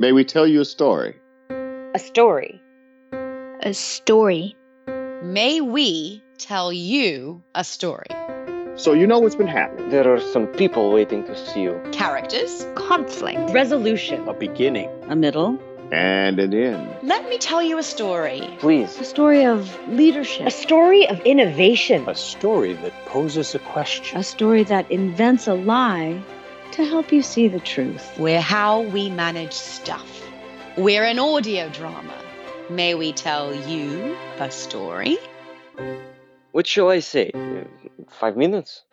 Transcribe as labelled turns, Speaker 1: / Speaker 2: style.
Speaker 1: May we tell you a story?
Speaker 2: A story.
Speaker 3: A story.
Speaker 4: May we tell you a story?
Speaker 1: So you know what's been happening.
Speaker 5: There are some people waiting to see you.
Speaker 4: Characters?
Speaker 3: Conflict.
Speaker 2: Resolution.
Speaker 6: A beginning.
Speaker 7: A middle.
Speaker 1: And an end.
Speaker 4: Let me tell you a story.
Speaker 5: Please.
Speaker 3: A story of leadership.
Speaker 2: A story of innovation.
Speaker 6: A story that poses a question.
Speaker 7: A story that invents a lie to help you see the truth.
Speaker 4: We're how we manage stuff. We're an audio drama. May we tell you a story?
Speaker 5: What shall I say? Uh, Five minutes?